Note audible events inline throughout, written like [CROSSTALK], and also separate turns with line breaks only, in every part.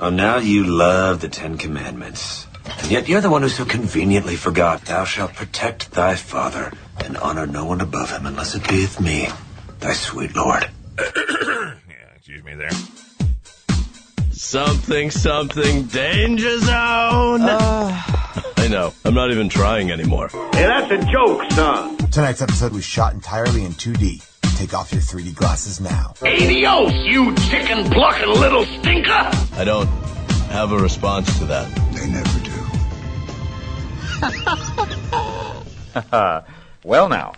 Oh, now you love the Ten Commandments. And yet you're the one who so conveniently forgot, Thou shalt protect thy father, and honor no one above him unless it beeth me, thy sweet lord.
Yeah, excuse me there.
Something, something, danger zone.
Ah.
[LAUGHS] I know. I'm not even trying anymore.
Tonight's episode was shot entirely in 2D. Take off your 3D glasses now.
Adios, you chicken plucking little stinker!
I don't have a response to that.
They never do.
Well, now.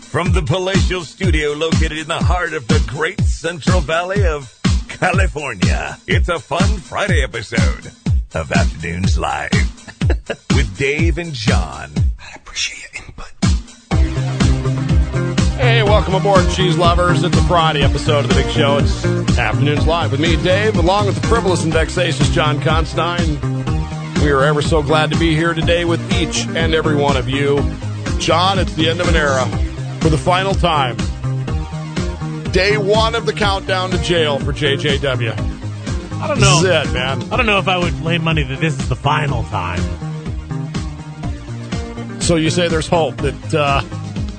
From the palatial studio located in the heart of the great Central Valley of California, it's a fun Friday episode of Afternoons Live [LAUGHS] with Dave and John.
I appreciate your input.
Hey, welcome aboard, cheese lovers. It's a Friday episode of the big show. It's Afternoons Live with me, Dave, along with the frivolous and vexatious John Constine. We are ever so glad to be here today with each and every one of you. John, it's the end of an era for the final time. Day one of the countdown to jail for JJW.
I don't
This is
know.
it, man.
I don't know if I would lay money that this is the final time.
So you say there's hope that uh,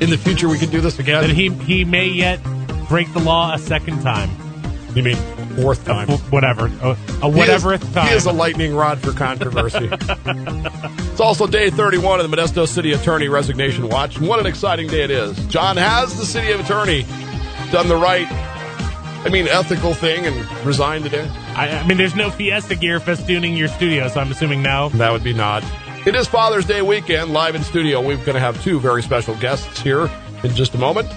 in the future we could do this
That
again?
he he may yet break the law a second time,
You mean fourth time?
W- whatever, a, a
He is-
whatever time.
He is a lightning rod for
[LAUGHS]
controversy. it's also day 31 of the Modesto City Attorney Resignation Watch. And what an exciting day it is. John has the city of attorney done the right, I mean, ethical thing and resigned today?
I, I mean, there's no Fiesta gear festooning your studio, so I'm assuming now.
That would be not. It is Father's Day weekend, live in studio. We're going to have two very special guests here in just a moment.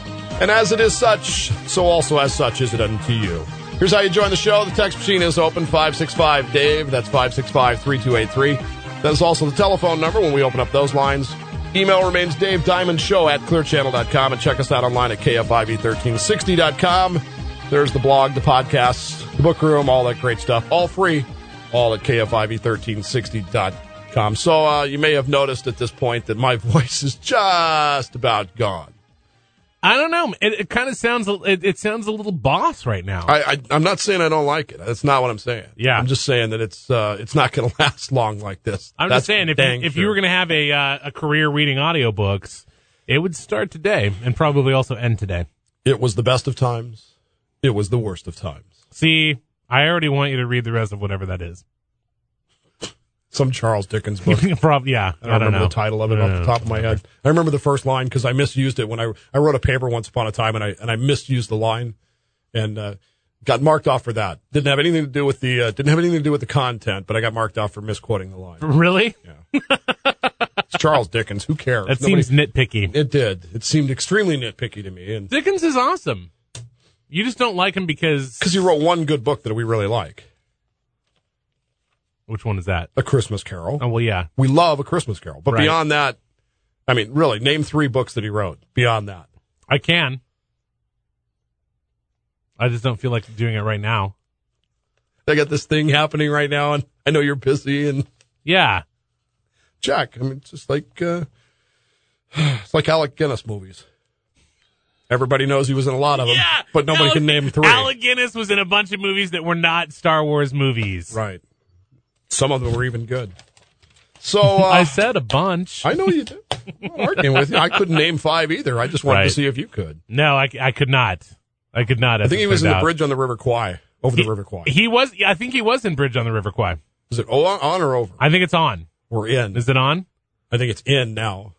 And as it is such, so also as such is it unto you. Here's how you join the show. The text machine is open 565 Dave. That's 565 3283. That is also the telephone number when we open up those lines. Email remains Dave Diamond Show at clearchannel.com and check us out online at KFIV1360.com. There's the blog, the podcast, the book room, all that great stuff, all free, all at KFIV1360.com. So uh, you may have noticed at this point that my [LAUGHS] voice is just about gone.
I don't know. It, it kind of sounds a- it, it sounds a little boss right now.
I, I, I'm not saying I don't like it. That's not what I'm saying.
Yeah.
I'm just saying that it's uh, it's not going to [LAUGHS] last long like this.
I'm
That's
just saying, if
dang
you, if you were
sure.
going to have a uh, a career reading audiobooks, it would start today and probably also end today.
it was the best of times. It was the worst of times.
See, I already want you to read the rest of whatever that is.
Some Charles Dickens
[LAUGHS]
book.
Prob- yeah, I
I don't, remember
know Uh,
the title of it off the top of my head. I remember the first line because I misused it when I I wrote a paper once upon a time and I and I misused the line and uh, got marked off for that. Didn't have anything to do with the uh, didn't have anything to do with the content, but I got marked off for misquoting the line.
Really?
It's Charles Dickens. Who cares?
That
Nobody-
seems nitpicky.
It did. It seemed extremely nitpicky to me, and
Dickens is awesome. You just don't like him because
because he wrote one good book that we really like,
which one is that?
A Christmas Carol.
Oh well, yeah.
We love A Christmas Carol, but
Right.
beyond that, I mean, really, name three books that he wrote. Beyond that,
I can. I just don't feel like doing it right now.
I got this thing happening right now, and I know you're busy and.
Yeah.
Jack. I mean, it's just like uh, [SIGHS] it's like Alec Guinness movies. Everybody knows he was in a lot of them, but nobody
Alec-
can name three.
Alec Guinness was in a bunch of movies that were not Star Wars movies.
Right. Some of them were even good.
[LAUGHS]
So
I
uh,
said a bunch.
I know you did. I'm not arguing with you. I couldn't name five either. I just wanted to
Right.
see if you could.
no, I, I could not. I could not.
I think he was in the
bridge.
bridge on the River Kwai, over the River Kwai.
He was. yeah, I think he was in Bridge on the River Kwai.
Is it on, on or over?
I think it's on.
We're in.
Is it on?
I think it's in now.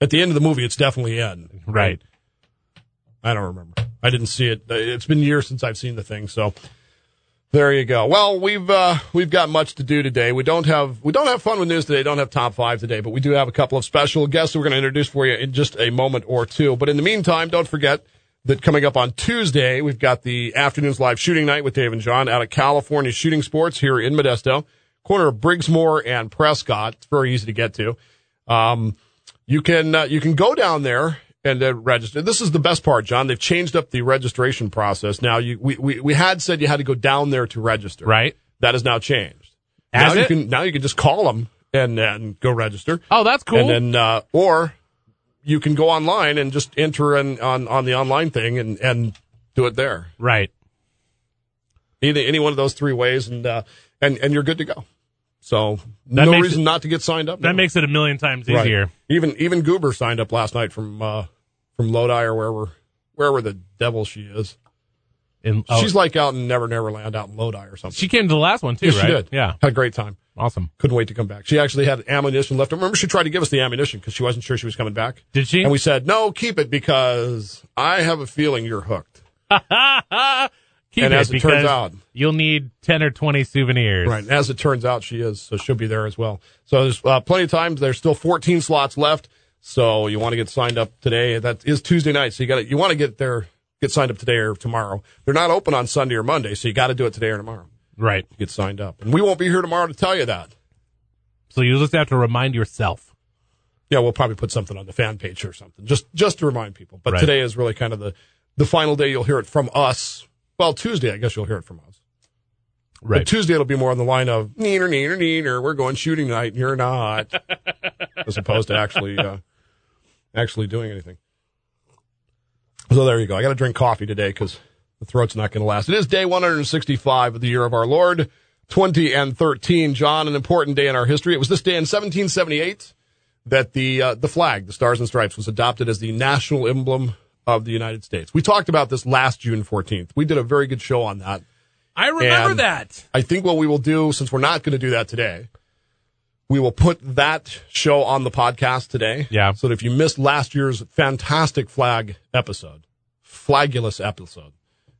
At the end of the movie, it's definitely in.
Right.
I don't remember. I didn't see it. It's been years since I've seen the thing, so there you go. Well, we've uh, we've got much to do today. We don't have we don't have fun with news today. Don't have top five today, but we do have a couple of special guests we're going to introduce for you in just a moment or two. But in the meantime, don't forget that coming up on Tuesday we've got the afternoons live shooting night with Dave and John out of California Shooting Sports here in Modesto, corner of Briggsmore and Prescott. It's very easy to get to. Um, you can uh, you can go down there and uh, register. This is the best part, John. They've changed up the registration process now. You we, we, we had said you had to go down there to register.
Right.
That has now changed.
Has
now
it?
you can now you can just call them and and go register.
Oh, that's cool.
And then uh, or you can go online and just enter in, on on the online thing and and do it there.
right.
either any one of those three ways, and uh, and and you're good to go. So
That
no
makes
reason
it-
not to get signed up.
That
now.
makes it a million times
Right.
easier.
Even even Goober signed up last night from uh, from Lodi or wherever wherever the devil she is.
And oh,
She's like out in Never Never Land out in Lodi or something.
she came to the last one too,
Yes, she
right?
did.
Yeah,
had a great time.
awesome.
Couldn't wait to come back. She actually had ammunition left. Remember, she tried to give us the ammunition because she wasn't sure she was coming back.
Did she?
And we said, no, keep it because I have a feeling you're hooked.
[LAUGHS] Keep
And
it
as it turns
because
out-
you'll need ten or twenty souvenirs.
Right. And as it turns out, she is, so she'll be there as well. So there's uh, plenty of time. There's still 14 slots left. So you want to get signed up today. That is Tuesday night. So you got to, you want to get there, get signed up today or tomorrow. They're not open on Sunday or Monday. So you got to do it today or tomorrow.
right.
to Get signed up. And we won't be here tomorrow to tell you that.
So you just have to remind yourself.
yeah, we'll probably put something on the fan page or something, just just to remind people. But
Right.
today is really kind of the the final day you'll hear it from us. Well, Tuesday, I guess you'll hear it from us. But Tuesday it'll be more on the line of neener neener neener. We're going shooting night, and you're not, as opposed to actually uh, actually doing anything. So there you go. I got to drink coffee today because the throat's not going to last. It is day 165 of the year of our Lord, 20 and 13. John, an important day in our history. It was this day in 1778 that the uh, the flag, the stars and stripes, was adopted as the national emblem of the United States. We talked about this last June 14th. We did a very good show on that.
I remember
And-
that.
I think what we will do, since we're not going to do that today, we will put that show on the podcast today.
Yeah.
So that if you missed last year's fantastic flag episode, flagulous episode,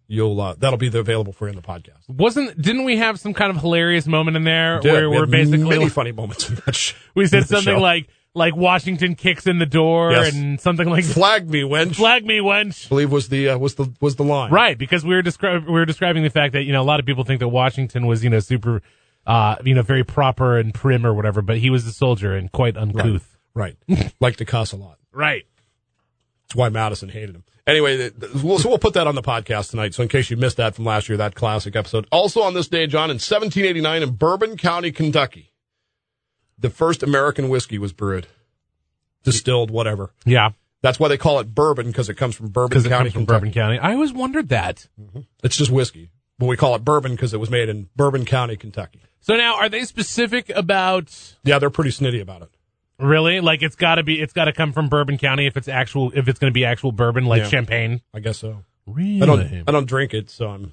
you'll uh, that'll be available for you in the podcast.
Wasn't didn't we have some kind of hilarious moment in there
Dude,
where
we
we're
had
basically
many funny moments in that sh-
[LAUGHS] we
in
said
that
something
show.
like like Washington kicks in the door
Yes.
and something like
"Flag me, wench."
flag me wench.
I believe was the uh, was the was the line
Right, because we were describing we were describing the fact that you know a lot of people think that Washington was you know super, uh, you know very proper and prim or whatever, but he was a soldier and quite uncouth.
Right. like to cuss a lot.
Right.
That's why Madison hated him. Anyway, th- th- we'll, so we'll put that on the podcast tonight. So in case you missed that from last year, that classic episode. Also on this day, John, in 1789 in Bourbon County, Kentucky, the first American whiskey was brewed, distilled, whatever.
Yeah,
That's why they call it bourbon because it comes from Bourbon
because it
County,
comes from
Kentucky.
Bourbon County. I always wondered that.
It's just whiskey, but we call it bourbon because it was made in Bourbon County, Kentucky.
So now, are they specific about
Yeah, they're pretty snitty about it.
really like it's got to be it's got to come from Bourbon County if it's actual if it's going to be actual bourbon like
Yeah.
champagne?
I guess so.
Really?
I don't. I don't drink it, so I'm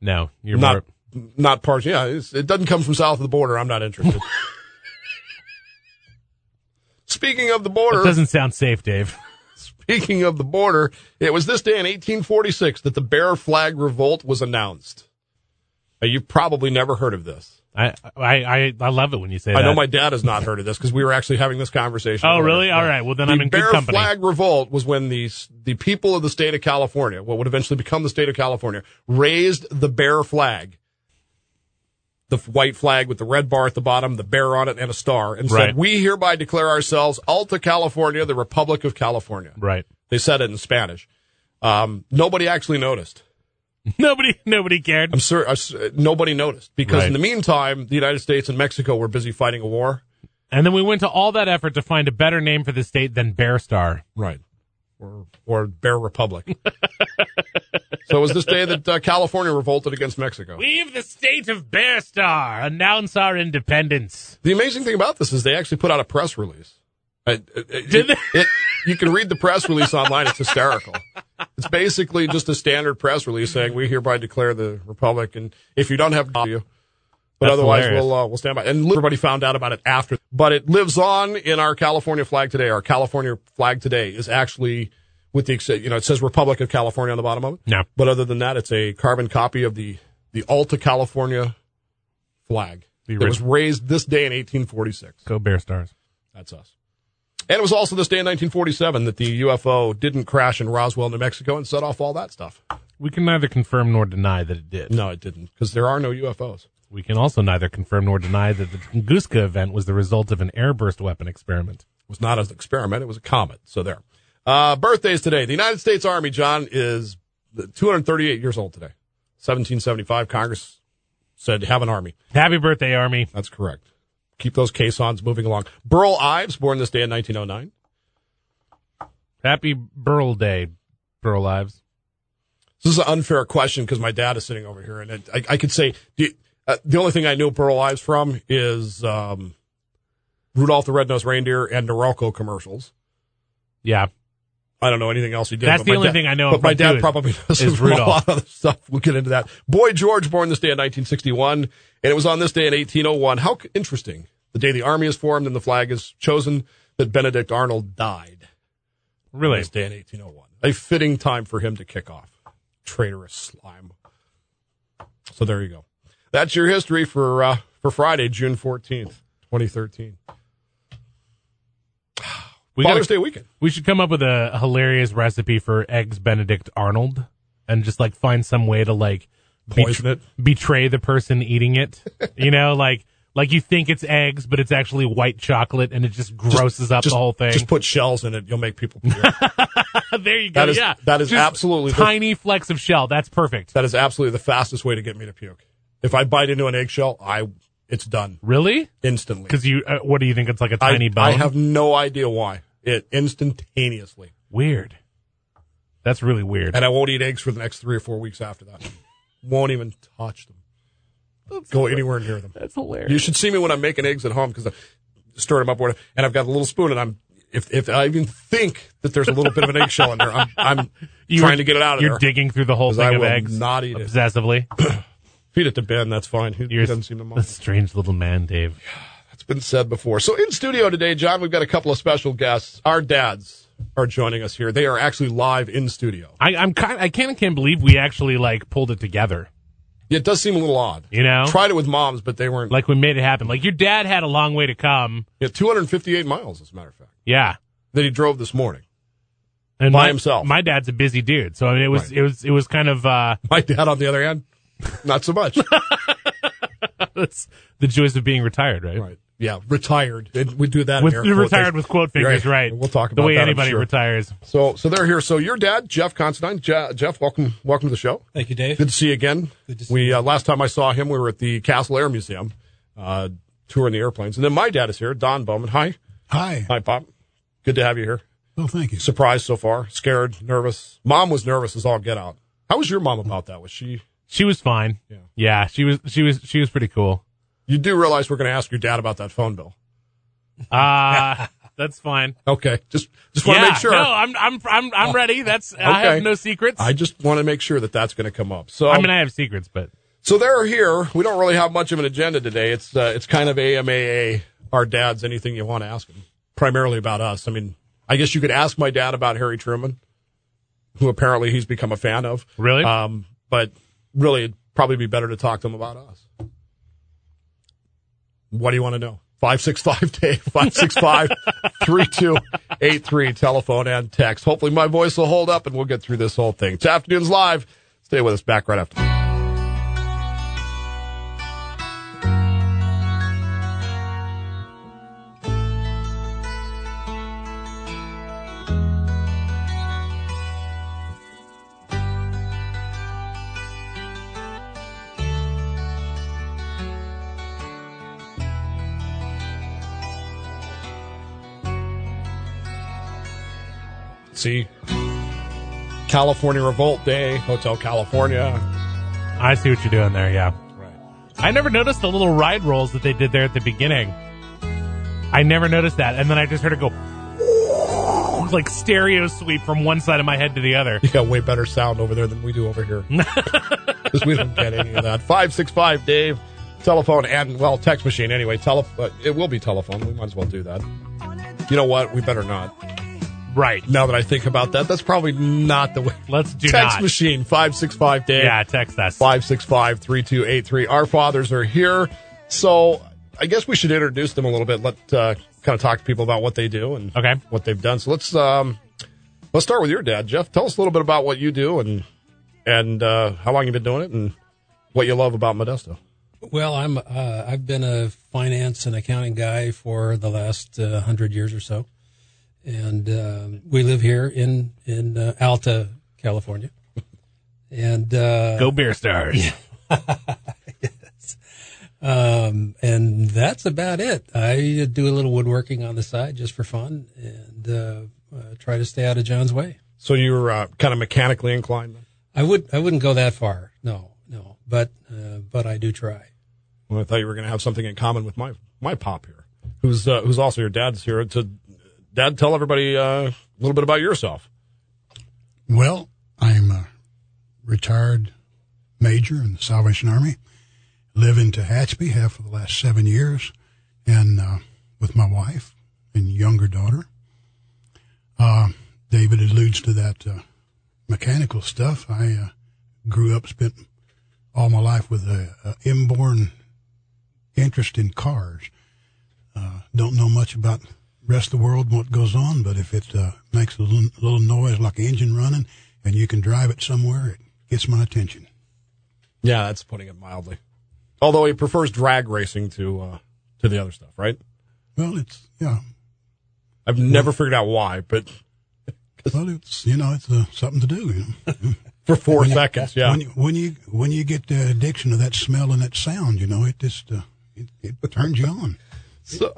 no, you're
not
more.
not partial. Yeah, it's, it doesn't come from south of the border. I'm not
[LAUGHS]
interested. speaking of the
It
border,
doesn't sound safe, Dave.
speaking of the border, it was this day in 1846 that the Bear Flag Revolt was announced. Uh, You've probably never heard of this.
I I I, I love it when you say that.
I know my dad has not heard of this because we were actually having this conversation.
Oh
earlier.
really? All right. Well then, I'm
the
in
Bear
good company.
Flag Revolt was when the the people of the state of California, what would eventually become the state of California, raised the bear flag, the f- white flag with the red bar at the bottom, the bear on it, and a star, and
Right.
said, "We hereby declare ourselves Alta California, the Republic of California."
Right. [LAUGHS]
They said it in Spanish. Um, nobody actually noticed.
Nobody nobody cared.
I'm sure uh, nobody noticed because
Right.
in the meantime, the United States and Mexico were busy fighting a war.
And then we went to all that effort to find a better name for the state than Bear Star.
Right. Or, or Bear
[LAUGHS]
Republic. so it was this day that uh, California revolted against Mexico.
We've the state of Bear Star. Announce our independence.
The amazing thing about this is they actually put out a press release. Uh, Did
Did they?
you can read the press release online. It's hysterical. It's basically just a standard press release saying we hereby declare the republic, and if you don't have you, but
That's
otherwise
hilarious.
we'll uh, we'll stand by. And everybody found out about it after, but it lives on in our California flag today. Our California flag today is actually, with the exce- you know, it says Republic of California on the bottom of it.
Yeah.
But other than that, it's a carbon copy of the the Alta California flag.
The
It
orig-
was raised this day in 1846.
Go Bear Stars.
That's us. And it was also this day in 1947 that the UFO didn't crash in Roswell, New Mexico, and set off all that stuff.
We can neither confirm nor deny that it did.
No, it didn't, because there are no UFOs.
We can also neither confirm nor deny that the Tunguska event was the result of an airburst weapon experiment.
It was not an experiment; it was a comet. So there. Uh, birthdays today. The United States Army, John, is 238 years old today. 1775, Congress said have an army.
Happy birthday, Army.
That's correct. Keep those caissons moving along. Burl Ives, born this day in 1909.
Happy Burl Day, Burl Lives.
This is an unfair question because my dad is sitting over here, and it, I, I could say do you- uh, the only thing I know Burl Ives from is um, Rudolph the Red-Nosed Reindeer and Norelco commercials.
Yeah.
I don't know anything else he did.
That's
but
the
my
only
dad-
thing I know
But
him
my
from, too,
dad
is-
probably [LAUGHS] knows
is
from a
Rudolph.
lot of other stuff. We'll get into that. Boy George, born this day in 1961, and it was on this day in 1801. How c- interesting! The day the army is formed and the flag is chosen, that Benedict Arnold died.
Really?
This day in 1801, a fitting time for him to kick off. Traitorous slime. So there you go. That's your history for uh, for Friday, June 14th, 2013.
We,
Father's
gotta-
Day weekend.
we should come up with a hilarious recipe for eggs Benedict Arnold and just like find some way to like
Poison it.
betray the person eating it.
[LAUGHS]
you know, like like you think it's eggs, but it's actually white chocolate and it just grosses up
Just-
the whole thing.
Just put shells in it. You'll make people. puke.
[LAUGHS] there you go.
That is-
yeah.
that is
Just
absolutely the-
tiny flecks of shell. That's perfect.
That is absolutely the fastest way to get me to puke. If I bite into an eggshell, I it's done
Really?
instantly.
Because you, uh, what do you think? It's like a
I,
tiny bone.
I have no idea why. It instantaneously,
weird. That's really weird.
and I won't eat eggs for the next three or four weeks after that. won't even touch them. Go anywhere near them.
That's hilarious.
You should see me when I'm making eggs at home because I stir them up, or whatever, and I've got a little spoon, and I'm if if I even think that there's a little bit of an eggshell in there, I'm I'm
You
trying
were-
to get it out of
[LAUGHS] You're
there.
digging through the whole
'Cause
thing
I
of
will
eggs
not eat it.
obsessively.
Feed it to Ben. That's fine. He, he
You're
doesn't seem to mind.
a strange little man, Dave.
been said before. So in studio today, John, we've got a couple of special guests. Our dads are joining us here. They are actually live in studio.
I, I'm kind. I can't can't believe we actually like pulled it together.
It does seem a little odd.
You know,
Tried it with moms, but they weren't. Like,
like we made it happen. Like your dad had a long way to come.
yeah, 258 miles, as a matter of fact,
Yeah.
that he drove this morning. [LAUGHS]
And
By
my,
himself.
My dad's a busy dude, so I mean, it was it was it was kind of uh, [LAUGHS]
My dad, on the other hand, not so much.
it's the joys of being retired, right?
right. Yeah, retired. And we do that. in
With
air
you're retired
quotation.
with quote fingers, right?
We'll talk about
the way
that, I'm
anybody
sure.
retires.
So, so they're here. So your dad, Jeff Constantine. Je- Jeff, welcome, welcome to the show.
Thank you, Dave.
Good to see you again.
to see
we uh, last time I saw him, we were at the Castle Air Museum, uh, touring the airplanes, and then my dad is here, Don Bowman. Hi,
Hi.
hi, Pop. Good to have you here.
Well, thank you.
Surprised so far? Scared? Nervous? Mom was nervous as all get out. How was your mom about that? Was she?
She was fine. Yeah. she was she was she was pretty cool.
You do realize we're going to ask your dad about that phone bill? [LAUGHS]
Uh that's fine.
Okay, just just want to
yeah,
make sure.
No, I'm I'm I'm I'm ready. That's I
Okay.
have no secrets.
I just want to make sure that that's going to come up. So
I mean, I have secrets, but
So they're here. We don't really have much of an agenda today. It's uh, it's kind of AMAA. Our dads, anything you want to ask them, primarily about us. I mean, I guess you could ask my dad about Harry Truman, who apparently he's become a fan of.
Really?
Um, but really, it'd probably be better to talk to him about us. What do you want to know? 565 Dave, [LAUGHS] 565 3283, telephone and text. Hopefully, my voice will hold up and we'll get through this whole thing. It's Afternoons Live. Stay with us back right after. See? California Revolt Day, Hotel California.
I see what you're doing there. Yeah.
Right.
I never noticed the little ride rolls that they did there at the beginning. I never noticed that, and then I just heard it go [LAUGHS] like stereo sweep from one side of my head to
[LAUGHS]
the other.
You got way better sound over there than we do over
[LAUGHS]
here. Because we don't get any of that. 565 Dave, telephone and, well, text machine anyway. Tele- uh, it will be telephone. We might as well do that. You know what? We better not.
Right.
Now that I think about that, that's probably not the way.
Let's [LAUGHS] do
text
not.
machine 565 Dave.
Yeah, text us.
565 3283. Our fathers are here. So I guess we should introduce them a little bit, let uh, kind of talk to people about what they do and
Okay.
what they've done. So let's um, let's start with your dad, Jeff. Tell us a little bit about what you do and and uh, how long you've been doing it and what you love about Modesto.
Well, I'm uh, I've been a finance and accounting guy for the last uh, hundred years or so, and um we live here in in uh, Alta, California, [LAUGHS] and uh,
Go Bear Stars.
[LAUGHS] um, and that's about it. I do a little woodworking on the side just for fun, and uh, uh, try to stay out of John's way.
So you're uh, kind of mechanically inclined.
I would I wouldn't go that far. No, no. But uh, but I do try.
Well, I thought you were going to have something in common with my my pop here, who's uh, who's also your dad's here. To dad, tell everybody uh, a little bit about yourself.
Well, I'm a retired major in the Salvation Army. Live in Tehachapi, have for the last seven years, and uh, with my wife and younger daughter. Uh, David alludes to that uh, mechanical stuff. I uh, grew up, spent all my life with a, a inborn interest in cars. Uh, don't know much about rest of the world and what goes on, but if it uh, makes a little, little noise like an engine running and you can drive it somewhere, it gets my attention.
Yeah, that's putting it mildly. Although he prefers drag racing to uh, to the other stuff, right?
Well, it's yeah.
I've never figured out why, but
Well, it's you know it's uh, something to do. You know?
for four
When you-
seconds, yeah.
When you, when you when you get the addiction of that smell and that sound, you know it just uh, it, it turns you on.
So-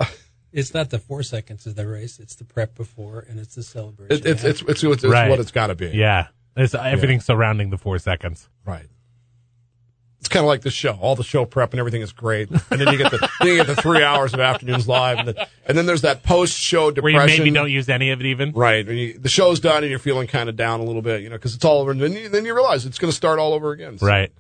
It's not the four seconds of the race. It's the prep before, and it's the celebration.
It, it's, it's it's it's it's
Right.
what it's got to be.
Yeah. It's everything surrounding the four seconds.
Right. It's kind of like the show. All the show prep and everything is great, and then you get the [LAUGHS] then you get the three hours of afternoons live, and, the, and then there's that post show
Where
depression.
you maybe don't use any of it even.
Right. When you, the show's done and you're feeling kind of down a little bit, you know, because it's all over. And then you, then you realize it's going to start all over again. So
Right.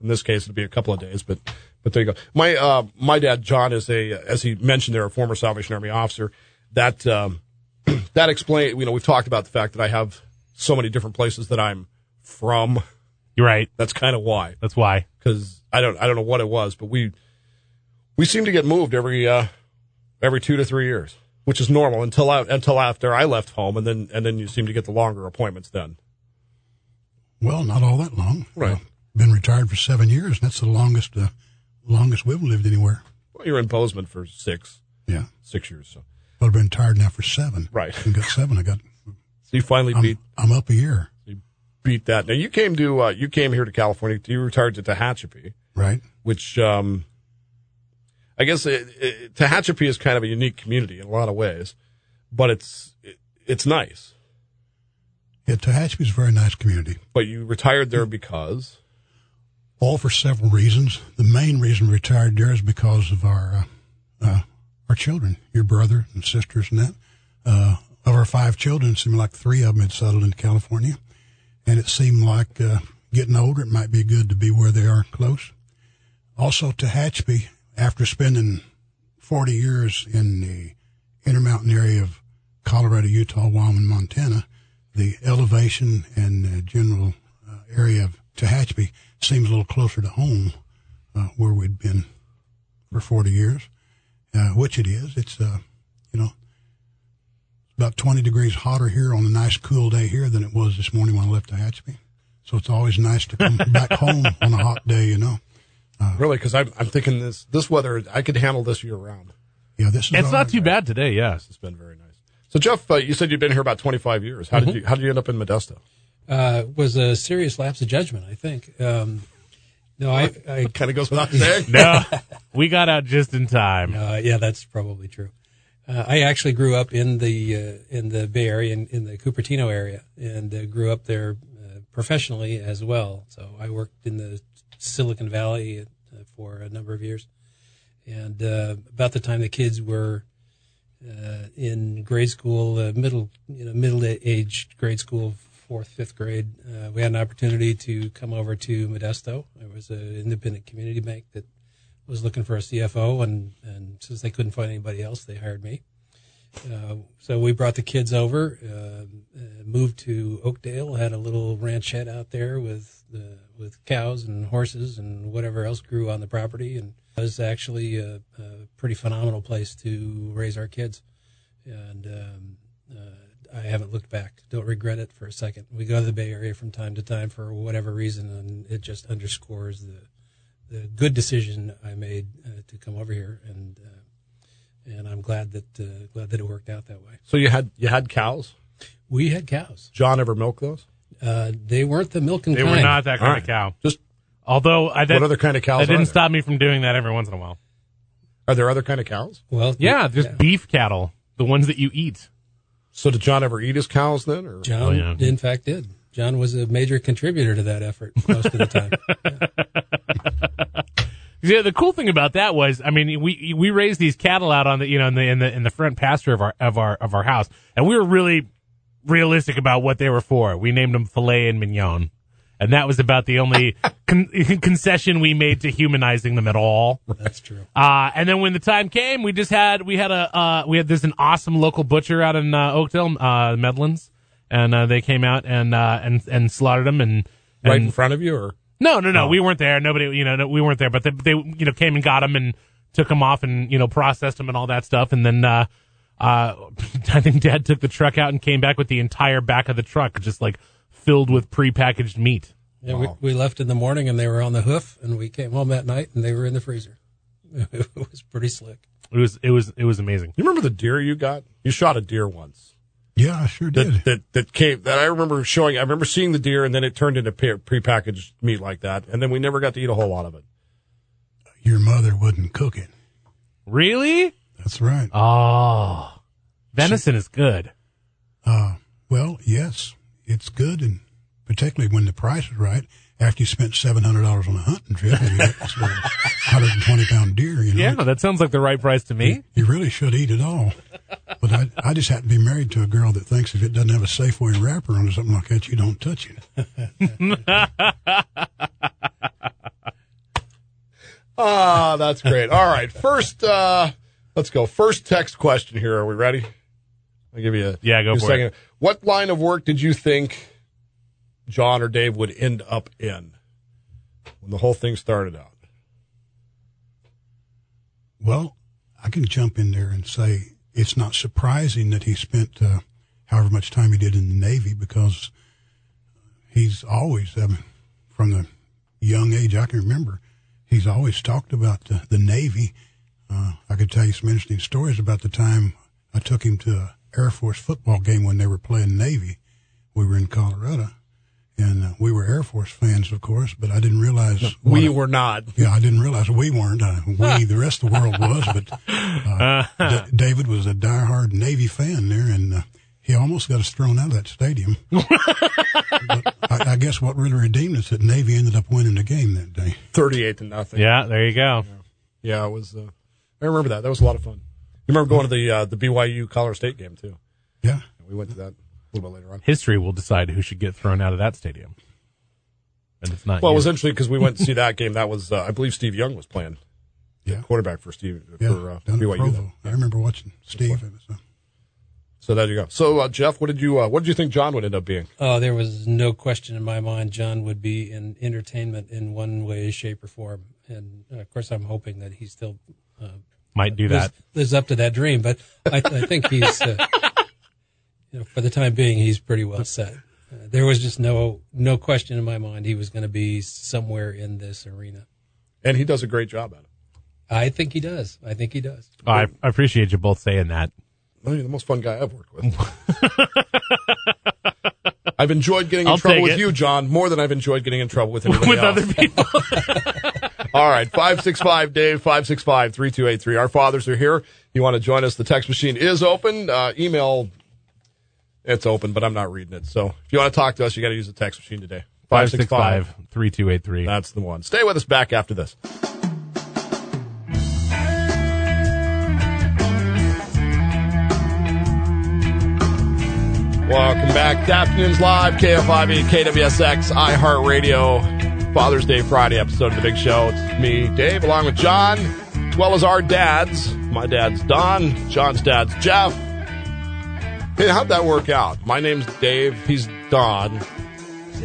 In this case, it'd be a couple of days, but but there you go. My uh, my dad John is a as he mentioned there a former Salvation Army officer. That um, [CLEARS THROAT] that explain you know we've talked about the fact that I have so many different places that I'm from. [LAUGHS]
You're right.
That's kind of why
That's why.
because I don't I don't know what it was, but we we seem to get moved every uh, every two to three years, which is normal until I, until after I left home, and then and then you seem to get the longer appointments then.
Well, not all that long.
Right.
Well, been retired for seven years, and that's the longest uh, longest we've lived anywhere.
Well, you're in Bozeman for six
Yeah.
six years, so
Well, I've been retired now for seven.
Right.
I got seven. I got.
so you finally
Um,
I'm,
beat
I'm up a year.
beat that. Now you came to uh, you came here to California. You retired to Tehachapi,
Right.
which um, I guess it, it, Tehachapi is kind of a unique community in a lot of ways, but it's it, it's nice.
Yeah, Tehachapi's a very nice community.
But you retired there because
all for several reasons. The main reason we retired there is because of our uh, uh, our children, your brother and sisters, and that. Uh, of our five children, it seemed like three of them had settled in California, and it seemed like uh, getting older, it might be good to be where they are close. Also, Tehachapi, after spending 40 years in the intermountain area of Colorado, Utah, Wyoming, Montana, the elevation and uh, general uh, area of Tehachapi seems a little closer to home uh, where we'd been for 40 years, uh, which it is. It's, uh, you know, about 20 degrees hotter here on a nice cool day here than it was this morning when I left Tehachapi. So it's always nice to come back home on a hot day, you know.
Really, because I'm, I'm thinking this this weather I could handle this year round.
Yeah, this is
It's
all
not
right.
too bad
[LAUGHS]
today, yeah.
It's been very nice. So Jeff, uh, you said you've been here about 25 years. How did
Mm-hmm.
you how did you end up in Modesto?
uh, was a serious lapse of judgment, I think. Um, no, I, I
Kind of goes
[LAUGHS]
without saying.
No. we got out just in time.
Uh, yeah, that's probably true. Uh, I actually grew up in the uh, in the Bay Area, in, in the Cupertino area, and uh, grew up there uh, professionally as well. So I worked in the Silicon Valley uh, for a number of years, and uh, about the time the kids were uh, in grade school, uh, middle you know middle aged grade school, fourth fifth grade, uh, we had an opportunity to come over to Modesto. There was an independent community bank that was looking for a CFO, and, and since they couldn't find anybody else, they hired me. Uh, so we brought the kids over, uh, uh, moved to Oakdale, had a little ranchette out there with uh, with cows and horses and whatever else grew on the property, and it was actually a, a pretty phenomenal place to raise our kids. And um, uh, I haven't looked back. Don't regret it for a second. We go to the Bay Area from time to time for whatever reason, and it just underscores the the good decision I made uh, to come over here, and uh, and I'm glad that uh, glad that it worked out that way.
So you had you had cows.
We had cows.
John ever milk those?
Uh, they weren't the milking
They
kind.
were not that kind
Alright.
of cow.
Just
Although I that,
what other kind of cows?
that
are there?
didn't stop me from doing that every once in a while.
Are there other kind of cows?
Well,
Yeah, just beef cattle, the ones that you eat.
So did John ever eat his cows then? Or
John,
Oh, yeah.
in fact, did. John was a major contributor to that effort most of
[LAUGHS]
the time.
Yeah, the cool thing about that was, I mean, we we raised these cattle out on the you know in the in the in the front pasture of our of our of our house, and we were really realistic about what they were for. We named them filet and mignon, and that was about the [LAUGHS] only con- concession we made to humanizing them at all.
That's true.
Uh, and then when the time came, we just had we had a uh, we had this an awesome local butcher out in uh, Oakdale, uh, Medlands, and uh, they came out and uh, and and slaughtered them and, and
Right in front of you, or
no, no, no. We weren't there. Nobody, you know, no, we weren't there. But they, they, you know, came and got him and took him off and you know processed him and all that stuff. And then uh, uh, [LAUGHS] I think Dad took the truck out and came back with the entire back of the truck just like filled with prepackaged meat.
Yeah, we, we left in the morning and they were on the hoof, and we came home that night and they were in the freezer. [LAUGHS] It was pretty slick.
It was, it was, it was amazing.
you remember the deer you got? You shot a deer once.
Yeah, I sure did.
that that that came that I remember showing. I remember seeing the deer, and then it turned into pe- prepackaged meat like that, and then we never got to eat a whole lot of it.
Your mother wouldn't cook it.
Really?
That's right.
Oh, venison is good.
Uh, well, yes, it's good, and particularly when the price is right. After you spent seven hundred dollars on a hunting trip, and you get this little hundred and twenty pound deer, you know,
Yeah, that sounds like the right price to me.
you really should eat it all. But I, I just happen to be married to a girl that thinks if it doesn't have a Safeway wrapper on it or something like that, you don't touch it.
Ah, that's great. All right, first, uh, let's go. First text question here. Are we ready? I'll give you a
Yeah, go
give you
for
a second. What line of work did you think John or Dave would end up in when the whole thing started out?
Well, I can jump in there and say it's not surprising that he spent uh, however much time he did in the Navy because he's always, I mean, from the young age I can remember, he's always talked about the, the Navy. Uh, I could tell you some interesting stories about the time I took him to an Air Force football game when they were playing Navy. We were in Colorado, and uh, we were Air Force fans, of course, but I didn't realize what
We
a-
were not.
yeah, I didn't realize we weren't. Uh, we, the rest of the world was, but uh, D- David was a diehard Navy fan there, and uh, he almost got us thrown out of that stadium. but I, I guess what really redeemed us that Navy ended up winning the game that day.
Thirty-eight to nothing.
Yeah, there you go.
yeah. It was. Uh, I remember that. That was a lot of fun. You remember going to the uh, the BYU Colorado State game too?
Yeah,
We went to that a little bit later on.
History will decide who should get thrown out of that stadium, and it's not.
Well, it
you.
was interesting because we went to see that game. That was, uh, I believe, Steve Young was playing
yeah,
quarterback for Steve
yeah.
for uh,
down at
BYU.
Provo. I remember watching Steve. It was, uh,
So there you go. So uh, Jeff, what did you uh, what did you think John would end up being?
Oh, there was no question in my mind John would be in entertainment in one way, shape, or form. And uh, of course, I'm hoping that he still uh,
might do that.
lives, lives up to that dream. But I, I think he's, uh, [LAUGHS] you know, for the time being, he's pretty well set. Uh, there was just no no question in my mind he was going to be somewhere in this arena.
And he does a great job at it.
I think he does. I think he does.
Oh, I, I appreciate you both saying that.
I mean, the most fun guy I've worked
[LAUGHS]
with. I've enjoyed getting in
I'll
trouble
take
with
it.
you, John, more than I've enjoyed getting in trouble with anybody
[LAUGHS] with
else.
other people.
All right, 565 Dave, 565 3283. Our fathers are here. You want to join us? The text machine is open. Uh, email, it's open, but I'm not reading it. So if you want to talk to us, you got to use the text machine today. 565.
3283.
That's the one. Stay with us back after this. Welcome back. to Afternoons Live, KFIV, KWSX, iHeartRadio, Father's Day Friday episode of The Big Show. It's me, Dave, along with John, as well as our dads. My dad's Don, John's dad's Jeff. Hey, how'd that work out? My name's Dave, he's Don.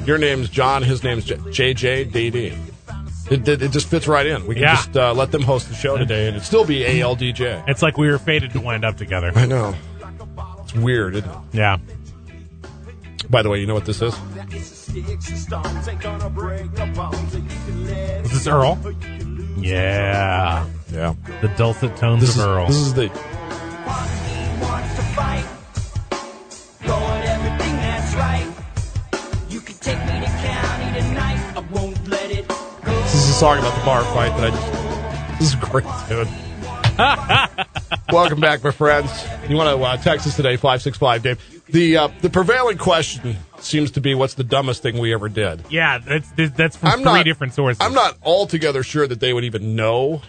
Your name's John, his name's J- JJ DD. It, it, it just fits right in. We can
Yeah.
just uh, let them host the show today and it'd still be ALDJ.
It's like we were fated to wind up together.
I know. It's weird, isn't it?
[LAUGHS] Yeah.
By the way, you know what this is?
Is this Earl? Yeah.
Yeah.
The dulcet tones
This
of
is,
Earl.
this is the This is a song about the bar fight that I just. This is great, dude. Welcome back, my friends. You want to uh, text us today, 565 Dave. The, uh, the prevailing question seems to be what's the dumbest thing we ever did.
Yeah, that's that's from
I'm
three
not-
different sources.
I'm not altogether sure that they would even know,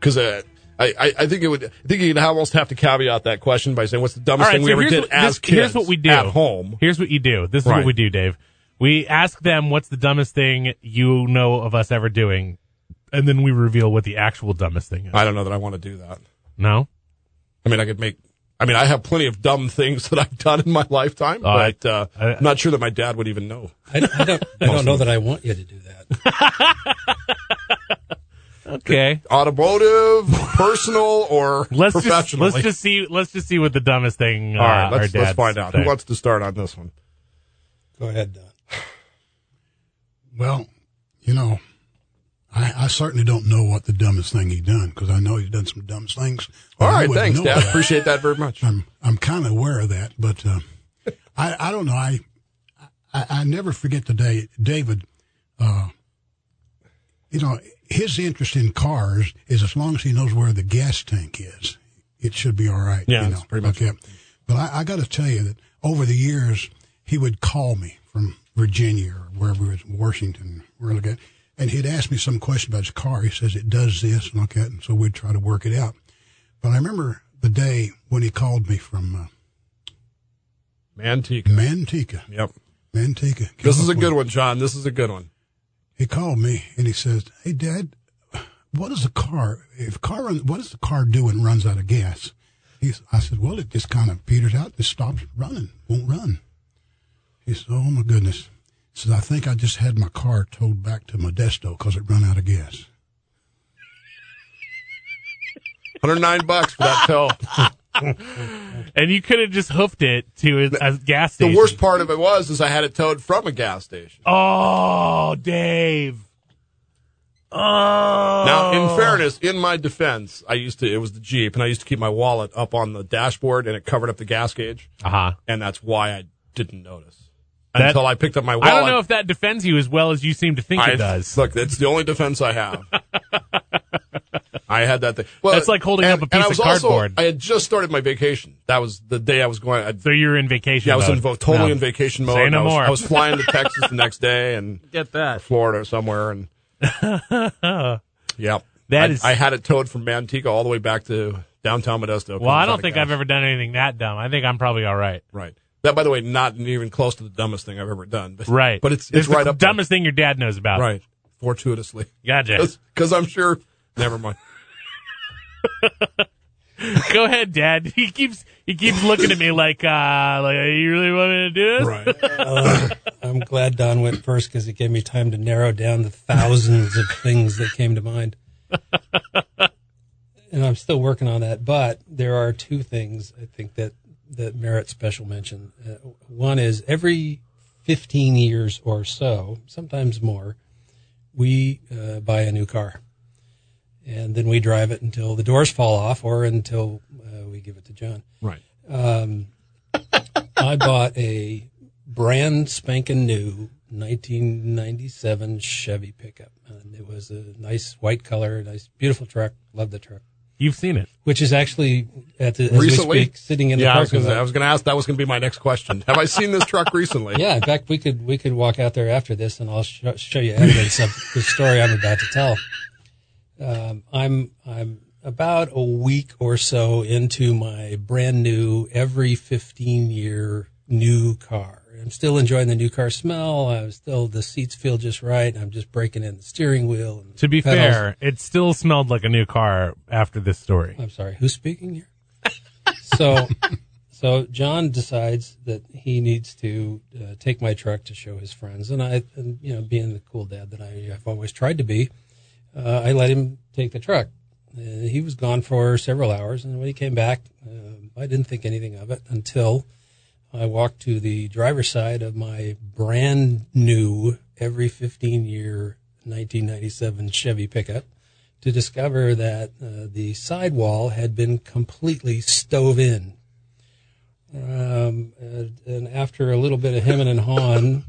because uh, I, I I think it would. I think you'd almost have to caveat that question by saying what's the dumbest thing we ever
here's
did
what,
as
this-
kids.
Here's what we do
at home.
Here's what you do. This is
Right.
what we do, Dave. We ask them what's the dumbest thing you know of us ever doing, and then we reveal what the actual dumbest thing is.
I don't know that I want to do that.
No,
I mean, I could make. I mean, I have plenty of dumb things [LAUGHS] that I've done in my lifetime,
Oh, I-
but uh, I,
I-
am not sure that my dad would even know.
I, I don't, I don't know that I want you to do that.
okay.
Automotive, [LAUGHS] personal, or
[LAUGHS] Let's just
professionally.
let's just see let's just see what the dumbest thing. Uh,
All right,
our
let's, let's
dads
find out.
say.
Who wants to start on this one?
Go ahead, Don.
Well, you know, I, I certainly don't know what the dumbest thing he done because I know he's done some dumb things.
All
I
right,
wouldn't
thanks,
know
Dad.
about.
Appreciate that very much.
I'm I'm kind of aware of that, but uh, I I don't know. I, I I never forget the day David. Uh, you know, his interest in cars is as long as he knows where the gas tank is, it should be all right.
Yeah,
you
that's
know, pretty much it. But I, I got to tell you that over the years, he would call me from Virginia or wherever it was, Washington, where like that, and he'd ask me some question about his car. He says it does this and like that, and so we'd try to work it out. But I remember the day when he called me from
Manteca.
uh, Manteca,
Yep.
Manteca.
This is
California.
a good one, John. This is a good one.
He called me and he says, "Hey, Dad, what does the car? If car, run, what does the car do when it runs out of gas?" He, s- I said, "Well, it just kind of peters out. It stops running. Won't run." He said, "Oh my goodness." He says, "I think I just had my car towed back to Modesto because it ran out of gas."
109 bucks for
[LAUGHS]
that pill.
And you could have just hoofed it to a, a gas
the
station.
worst part of it was is I had it towed from a gas station.
Oh, Dave. Oh.
Now, in fairness, in my defense, I used to it was the Jeep and I used to keep my wallet up on the dashboard and it covered up the gas gauge
Uh huh.
and that's why I didn't notice.
That-
until I picked up my wallet.
I don't know if that defends you as well as you seem to think
I-
it does.
Look, that's the only defense I
[LAUGHS]
have. I had that thing. Well,
That's like holding
and-
up a
and I was
piece of
also-
cardboard.
I had just started my vacation. That was the day I was going. I,
so you're in vacation.
yeah, I was in
mode.
vo- totally
No.
in vacation mode.
Say
and
no
I was,
more.
I was flying to Texas the next day and
Get that.
Florida or somewhere,
[LAUGHS]
and yep,
That
I,
is-
I had it towed from Manteca all the way back to downtown Modesto.
Well, I don't think I've ever done anything that dumb. I think I'm probably all right.
Right. That, by the way, not even close to the dumbest thing I've ever done. But,
Right.
But it's
There's
it's
the
right up there.
dumbest thing your dad knows about.
Right. Fortuitously. [LAUGHS]
Gotcha.
Because I'm sure. Never mind.
[LAUGHS] Go ahead, Dad. He keeps he keeps looking at me like uh like you really want me to do this?
Right.
Uh, I'm glad Don went first because it gave me time to narrow down the thousands of things that came to mind. and I'm still working on that, but there are two things I think that that merit special mention. Uh, one is every 15 years or so, sometimes more, we uh, buy a new car. And then we drive it until the doors fall off or until uh, we give it to John. Um,
Right.
I bought a brand spanking new 1997 Chevy pickup. And it was a nice white color, nice, beautiful truck. Love the truck,
You've seen it.
which is actually at the as
Recently?
we speak, sitting in the
yeah, I was
parking
gonna, I
lot.
was gonna ask. That was gonna be my next question. Have I seen this truck
[LAUGHS]
recently?
Yeah, in fact, we could we could walk out there after this, and I'll show, show you evidence of the story I'm about to tell. Um, I'm I'm about a week or so into my brand new every 15 year new car. I'm still enjoying the new car smell. I'm still the seats feel just right. I'm just breaking in the steering wheel. And
To be
pedals.
fair, it still smelled like a new car after this story.
I'm sorry, who's speaking here? [LAUGHS] so, so John decides that he needs to uh, take my truck to show his friends, and I, and, you know, being the cool dad that I have always tried to be, uh, I let him take the truck. Uh, he was gone for several hours, and when he came back, um I didn't think anything of it until I walked to the driver's side of my brand new, every 15 year 1997 Chevy pickup to discover that uh, the sidewall had been completely stove in. Um, and, and after a little bit of hemming and hawing,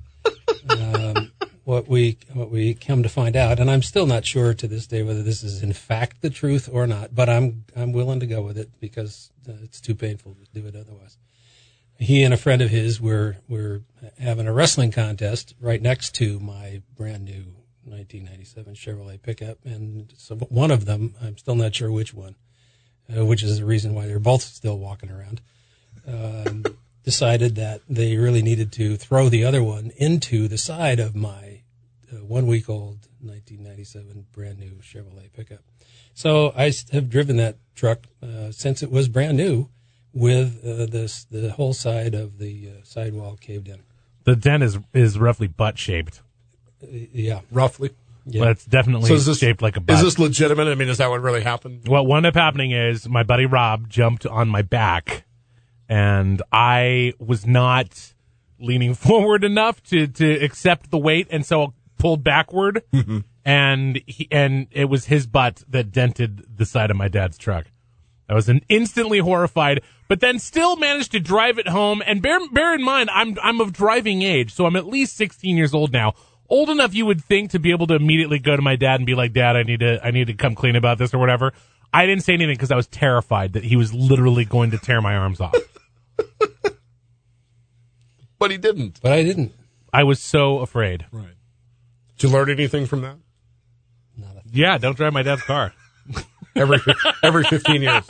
um, what we what we come to find out, and I'm still not sure to this day whether this is in fact the truth or not, but I'm I'm willing to go with it because uh, it's too painful to do it otherwise. he and a friend of his were were having a wrestling contest right next to my brand new 1997 Chevrolet pickup, and so one of them, I'm still not sure which one, uh, which is the reason why they're both still walking around, um, decided that they really needed to throw the other one into the side of my uh, one week old 1997 brand new Chevrolet pickup. So I s- have driven that truck uh, since it was brand new, with uh, this the whole side of the uh, sidewall caved in.
The dent is is roughly butt shaped.
Uh, yeah,
roughly.
Yeah. Well, it's definitely
is this,
shaped like a butt.
Is this legitimate? I mean, is that what really happened?
What wound up happening is my buddy Rob jumped on my back, and I was not leaning [LAUGHS] forward enough to to accept the weight, and so pulled backward,
Mm-hmm.
and he, and it was his butt that dented the side of my dad's truck. I was an instantly horrified, but then still managed to drive it home. And bear bear in mind, I'm I'm of driving age, so I'm at least 16 years old now. Old enough you would think to be able to immediately go to my dad and be like, "Dad, I need to I need to come clean about this or whatever." I didn't say anything because I was terrified that he was literally going to tear my arms
[LAUGHS]
off.
But he didn't.
But I didn't.
I was so afraid.
Right. Did you learn anything from that?
Yeah, don't drive my dad's car.
Every every 15 years.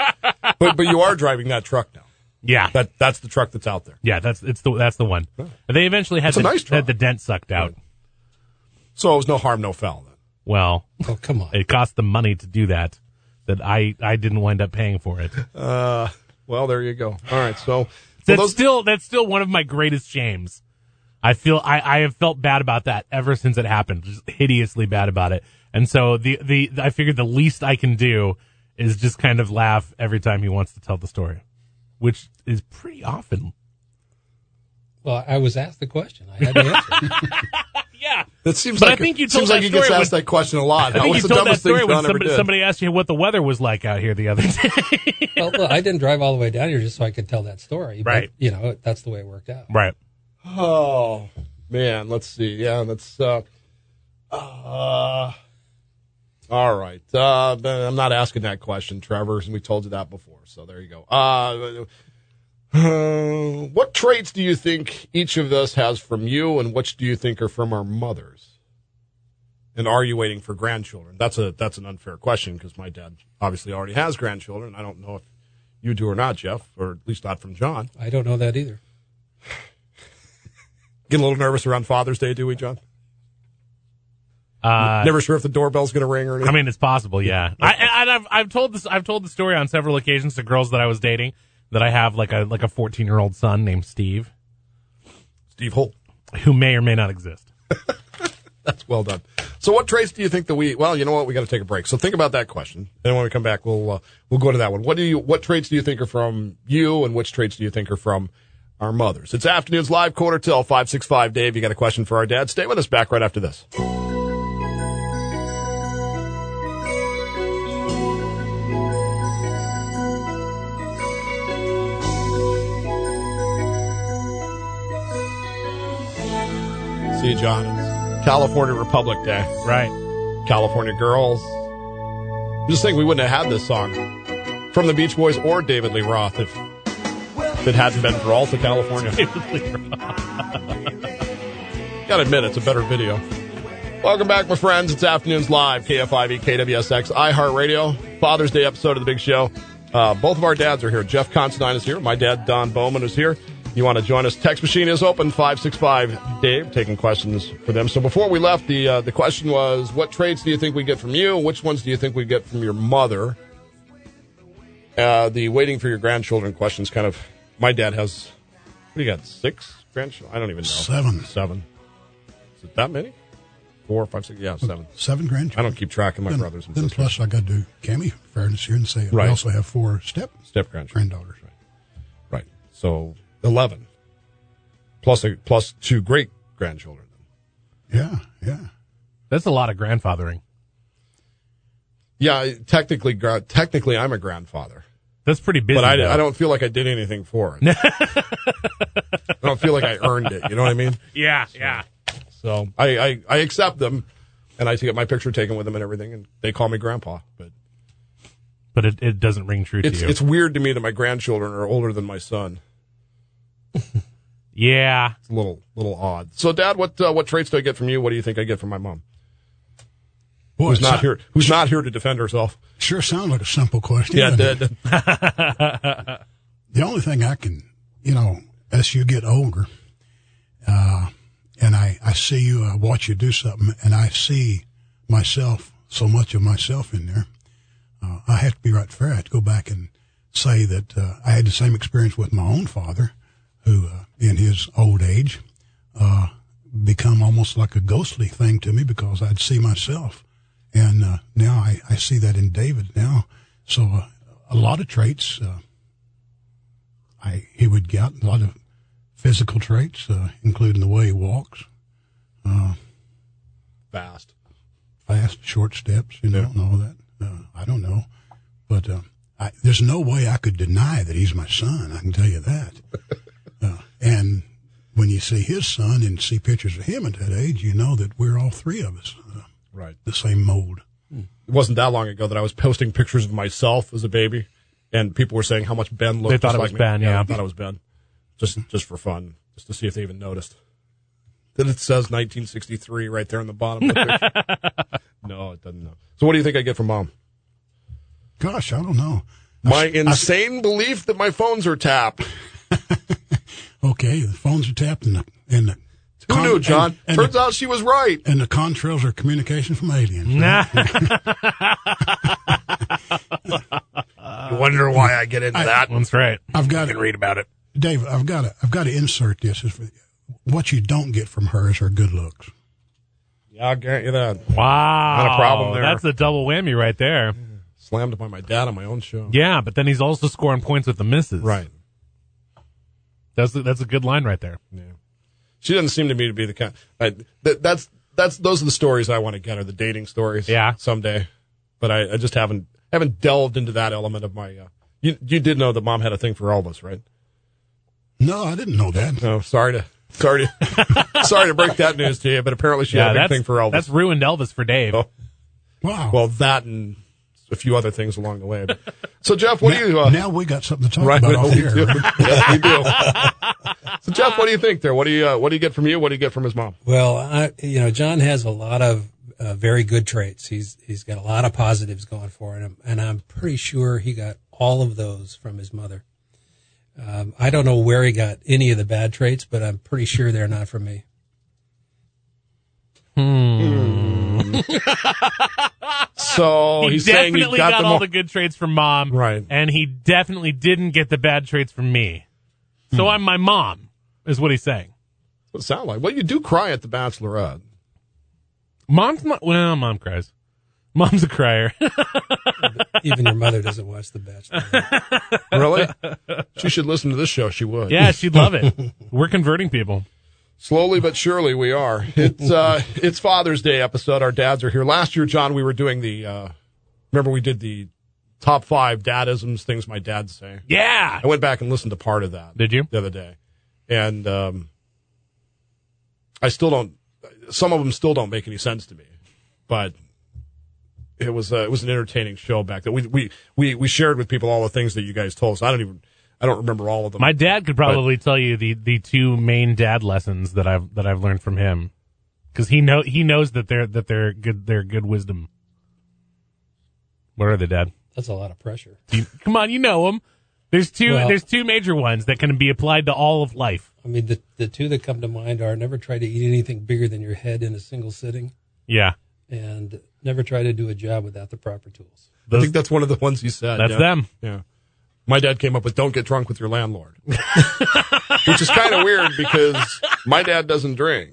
But but you are driving that truck now.
Yeah,
That that's the truck that's out there.
yeah, that's it's the that's the one. They eventually had
It's a
the,
nice truck.
had the dent sucked out.
So it was no harm, no foul then.
Well,
Oh come on!
it cost them money to do that. That I I didn't wind up paying for it.
Well, there you go. All right. So well,
That's
those,
still that's still one of my greatest shames. I feel I, I have felt bad about that ever since it happened, just hideously bad about it. And so the the I figured the least I can do is just kind of laugh every time he wants to tell the story, which is pretty often.
Well, I was asked the question. I had
[LAUGHS]
to answer.
Yeah,
that seems
but I
like
think you told
seems like
that
he gets
story
asked
when-
that question a lot.
I think
What's
you
the
told that
dumbest thing
story when
John ever
somebody,
did?
somebody asked you what the weather was like out here the other [LAUGHS] day.
well, look, I didn't drive all the way down here just so I could tell that story. but,
Right.
you know, that's the way it worked out.
right.
Oh man, let's see. Yeah, that's uh, uh all right. Uh then I'm not asking that question, Trevor, and we told you that before. So there you go. Uh, [SIGHS] uh what traits do you think each of us has from you and which do you think are from our mothers? And are you waiting for grandchildren? That's a that's an unfair question because my dad obviously already has grandchildren. I don't know if you do or not, Jeff, or at least not from John.
I don't know that either.
Get a little nervous around Father's Day, do we, John?
Uh,
Never sure if the doorbell's going to ring or anything.
I mean, it's possible.
[LAUGHS]
Yeah, I, and I've I've told this I've told the story on several occasions to girls that I was dating that I have like a like a fourteen year old son named Steve
Steve Holt. [LAUGHS]
who may or may not exist.
That's well done. So, what traits do you think that we? Well, you know what? We got to take a break. So, think about that question, and when we come back, we'll uh, we'll go to that one. What do you? What traits do you think are from you, and which traits do you think are from our mothers? It's afternoons live quarter till five six five. Dave, you got a question for our dad? Stay with us. Back right after this. See you, John. It's California Republic Day.
Right.
California Girls. Just think we wouldn't have had this song from the Beach Boys or David Lee Roth if, if it hadn't been for Alta California. [LAUGHS] Gotta admit, it's a better video. Welcome back, my friends. It's Afternoons Live, KFIV, KWSX, iHeartRadio, Father's Day episode of The Big Show. Uh, both of our dads are here. Jeff Constantine is here. My dad, Don Bowman, is here. You want to join us? Text machine is open, 565 Dave, taking questions for them. So before we left, the, uh, the question was what traits do you think we get from you? Which ones do you think we get from your mother? Uh, the waiting for your grandchildren questions kind of. My dad has, what do you got, six grandchildren? I don't even know.
Seven.
Seven. Is it that many? Four, five, six, yeah, seven.
Seven
I
grandchildren.
don't keep track of my
then,
brothers and
then
sisters.
plus I got to do Cammy fairness here and say
Right.
I also have four step
Step grandchildren.
granddaughters.
Right. So eleven. Plus a plus two great grandchildren.
Yeah, yeah.
That's a lot of grandfathering.
Yeah, I- technically, gra- technically, I'm a grandfather,
That's pretty busy.
but I,
though.
I don't feel like I did anything for
[LAUGHS]
it. I don't feel like I earned it. You know what I mean?
Yeah, yeah.
So I, I, I accept them, and I get my picture taken with them and everything, and they call me grandpa. But
But it, it doesn't ring true
it's
to you.
it's weird to me that my grandchildren are older than my son.
yeah,
it's a little little odd. So, Dad, what uh, what traits do I get from you? What do you think I get from my mom?
Boy,
who's
it
not
sou-
here? Who's not here to defend
[LAUGHS]
herself?
Sure sounds like a simple question.
Yeah, it
doesn't it?
did.
the only thing I can, you know, as you get older, uh, and I, I see you, I watch you do something, and I see myself, so much of myself in there, uh, I have to be right fair. I have to go back and say that uh, I had the same experience with my own father, who uh, in his old age uh, become almost like a ghostly thing to me because I'd see myself. And uh, now I, I see that in David now. So uh, a lot of traits. Uh, I he would get a lot of physical traits, uh, including the way he walks, uh,
Fast.
fast, short steps. You know, and all that. Uh, I don't know, but uh, I, there's no way I could deny that he's my son. I can tell you that. uh, and when you see his son and see pictures of him at that age, you know that we're all three of us uh,
Right.
the same mold.
It wasn't that long ago that I was posting pictures of myself as a baby, and people were saying how much Ben looked.
They thought
just
it
like
was
me.
Ben, yeah.
they thought it was Ben, just just for fun, just to see if they even noticed. Then it says 1963 right there in the bottom. Of the
[LAUGHS]
picture. no, it doesn't. Know. So, what do you think I get from mom?
Gosh, I don't know.
My insane belief that my phones are tapped.
Okay, the phones are tapped and the, and the
Who
con-
knew, John?
and- and
Turns
the-
out she was right.
and the contrails are communication from aliens.
Nah.
You wonder why I get into that.
that's right.
I've got to
read about it.
Dave. I've got to. I've got to insert this. Is what you don't get from her is her good looks.
Yeah, I'll grant you that.
Wow,
Not a problem there.
That's a double whammy right there.
Slammed by my dad on my own show.
Yeah, but then he's also scoring points with the misses.
Right.
That's a, that's a good line right there.
She doesn't seem to me to be the kind. I, that, that's that's those are the stories I want to get are the dating stories.
Yeah.
someday, but I, I just haven't haven't delved into that element of my. Uh, you you did know that mom had a thing for all of us, right?
No, I didn't know that.
No, sorry to sorry to [LAUGHS] sorry to break that news to you, but apparently she had a big
that's
thing for all of
that's
us.
ruined Elvis for Dave.
Oh.
Wow.
Well, that and a few other things along the way. But- so Jeff, what
now,
do you? Uh,
now we got something to talk
right,
about
we- [LAUGHS]
off
we
air.
do.
right?
Yeah, we do. so Jeff, what do you think there? What do you uh, what do you get from you? What do you get from his mom?
Well, I, you know, John has a lot of uh, very good traits. He's he's got a lot of positives going for him, and I'm pretty sure he got all of those from his mother. Um, I don't know where he got any of the bad traits, but I'm pretty sure they're not from me.
So
he
Oh, he's saying he
definitely
got, them
all, the good traits from mom,
Right.
And he definitely didn't get the bad traits from me. So I'm my mom, is what he's saying.
What it sound like? Well, you do cry at the Bachelorette.
Mom's my, well, mom cries. Mom's a crier. [LAUGHS]
Even your mother doesn't watch The Bachelor.
[LAUGHS]
Really? she should listen to this show. She would.
yeah, she'd love it. [LAUGHS] We're converting people.
Slowly but surely, we are. It's uh, it's Father's Day episode. Our dads are here. Last year, John, we were doing the. Uh, remember, we did the top five dadisms, things my dads say.
Yeah.
I went back and listened to part of that.
Did you?
the other day, and um, I still don't. Some of them still don't make any sense to me, but it was uh, it was an entertaining show back then. We we we we shared with people all the things that you guys told us. I don't even I don't remember all of them.
My dad could probably tell you the, the two main dad lessons that I've that I've learned from him, because he know he knows that they're that they're good they're good wisdom. What are they, Dad?
That's a lot of pressure.
You- come on, you know them. There's two.
Well-
there's two major ones that can be applied to all of life.
I mean, the the two that come to mind are never try to eat anything bigger than your head in a single sitting,
Yeah,
and never try to do a job without the proper tools.
I think that's one of the ones you said.
that's
yeah.
them.
Yeah. My dad came up with "Don't get drunk with your landlord," [LAUGHS] which is kind of weird because my dad doesn't drink.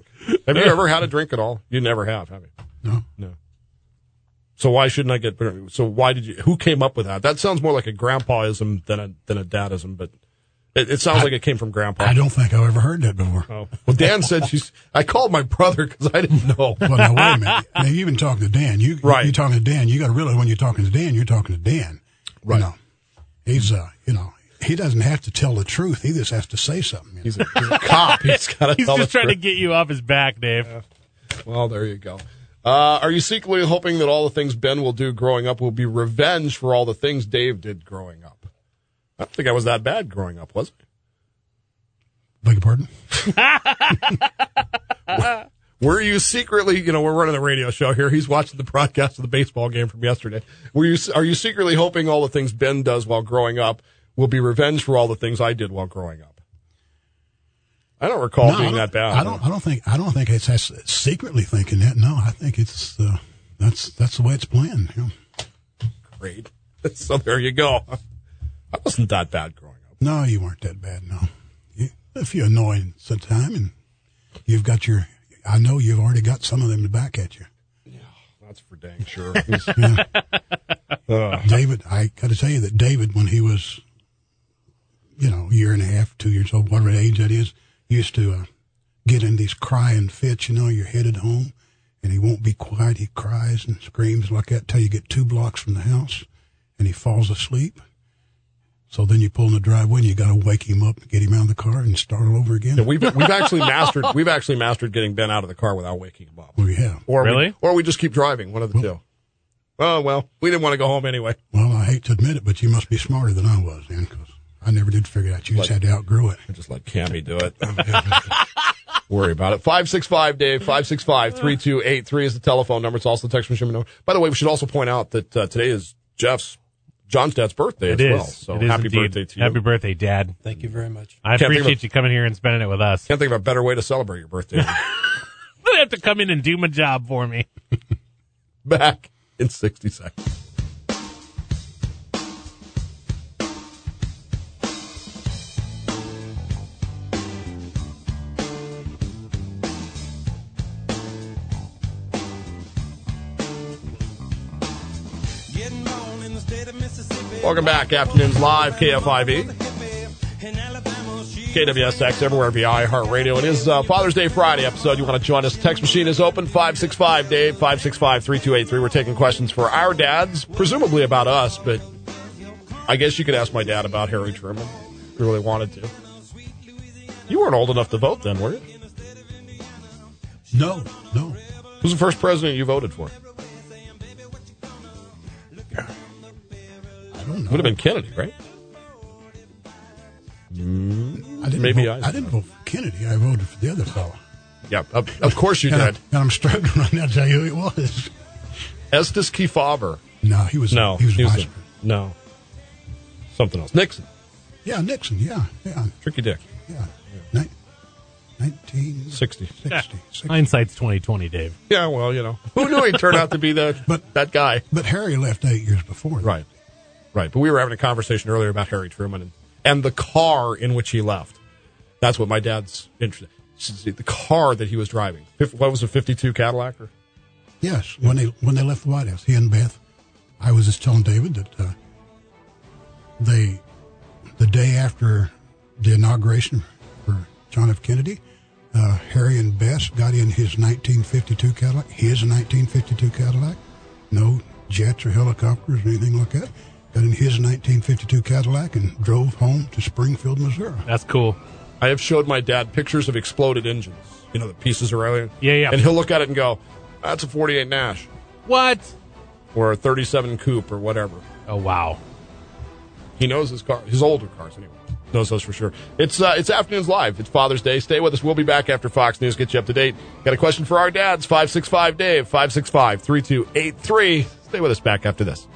Have you ever had a drink at all? You never have, have you?
No.
No. So why shouldn't I get? So why did you? Who came up with that? That sounds more like a grandpaism than a than a dadism, but it, it sounds like it came from grandpa.
I don't think I've ever heard that before.
Oh. Well, Dan said she's. I called my brother because I didn't know.
Well, now wait a minute. Now you've been talking to Dan. You
Right.
You're talking to Dan. You got to realize when you're talking to Dan, you're talking to Dan.
Right.
You know, he's uh, you know, he doesn't have to tell the truth. He just has to say something. you know.
He's a, he's a
[LAUGHS]
cop. He's got to.
He's just trying to get you off his back, Dave.
Well, there you go. Uh, are you secretly hoping that all the things Ben will do growing up will be revenge for all the things Dave did growing up? I don't think I was that bad growing up, was I?
Beg your pardon?
[LAUGHS] Were you secretly, you know, we're running the radio show here. He's watching the broadcast of the baseball game from yesterday. Were you, are you secretly hoping all the things Ben does while growing up will be revenge for all the things I did while growing up? I don't recall
No, I
being
don't-
that bad.
I don't. I don't think. I don't think it's that's secretly thinking that. No, I think it's uh, that's that's the way it's planned. You know?
Great. [LAUGHS] So there you go. I wasn't that bad growing up.
No, you weren't that bad. No, you, a few annoying sometime, and you've got your. I know you've already got some of them back at you.
That's for dang sure.
Yeah. David, I got to tell you that David, when he was, you know, a year and a half, two years old, whatever age that is, used to uh, get in these crying fits. You know, you're headed home, and he won't be quiet. He cries and screams like that till you get two blocks from the house, and he falls asleep. So then you pull in the driveway, and you got to wake him up, get him out of the car, and start all over again.
Yeah, we've we've actually mastered we've actually mastered getting Ben out of the car without waking him up.
Well, Oh, yeah.
Or
Really?
We, or we just keep driving. One of the two. Oh well, we didn't want to go home anyway. [LAUGHS]
Well, I hate to admit it, but you must be smarter than I was, then, 'cause I never did figure out you just had to outgrow it.
I just let Cammy do it. [LAUGHS] Worry about it. 565 Dave, 565 3283 is the telephone number. It's also the text machine number. By the way, we should also point out that uh, today is Jeff's, John's dad's birthday as
It is.
well. So
It is
happy
indeed.
birthday to you.
Happy birthday, Dad.
Thank you very much.
I
Can't think
appreciate
of-
you coming here and spending it with [LAUGHS] us.
Can't think of a better way to celebrate your birthday.
You're gonna have to come in and do my job for me.
[LAUGHS] Back in 60 seconds.
Getting born in the state of Mississippi.
Welcome back. Afternoons Live, KFIV,
In Alabama, she
KWSX, everywhere via iHeartRadio. It is uh, Father's Day Friday episode. You want to join us? Text machine is open 565 Dave, 565 3283. We're taking questions for our dads, presumably about us, but I guess you could ask my dad about Harry Truman if you really wanted to. You weren't old enough to vote then, were you?
No, no.
Who's the first president you voted for?
I don't know.
Would have been Kennedy, right?
Mm, I didn't
maybe
vote,
I-
I didn't vote for Kennedy. I voted for the other fellow.
Yeah, of, of course you
and, I,
did.
and I'm struggling right now to tell you who it was.
Estes Kefauver.
No, he was
No,
He was, vice.
the- no. Something else. Nixon.
yeah, Nixon. Yeah, yeah,
Tricky Dick.
yeah. Nin- 1960.
60.
60.
Hindsight's twenty twenty, Dave.
Yeah, well, you know, who knew he turned out to be the
But-
that guy?
But Harry left eight years before. that.
Right, right. But we were having a conversation earlier about Harry Truman and, and the car in which he left. That's what my dad's interested. The car that he was driving. Fif- What was it, fifty-two Cadillac? Or?
Yes, when they when they left the White House, he and Beth. I was just telling David that uh, they, the day after the inauguration for John F. Kennedy, uh, Harry and Bess got in his 1952 Cadillac, his 1952 Cadillac, no jets or helicopters or anything like that. Got in his 1952 Cadillac and drove home to Springfield, Missouri.
That's cool.
I have showed my dad pictures of exploded engines. You know the pieces around.
Yeah, yeah.
And he'll look at it and go, "That's a forty-eight Nash
What?
or a thirty-seven Coupe or whatever."
Oh wow.
He knows his car, his older cars anyway. Knows those for sure. It's uh, it's afternoons live. It's Father's Day. Stay with us. We'll be back after Fox News gets you up to date. Got a question for our dads? Five six five Dave. Five six five three two eight three. Stay with us back after this.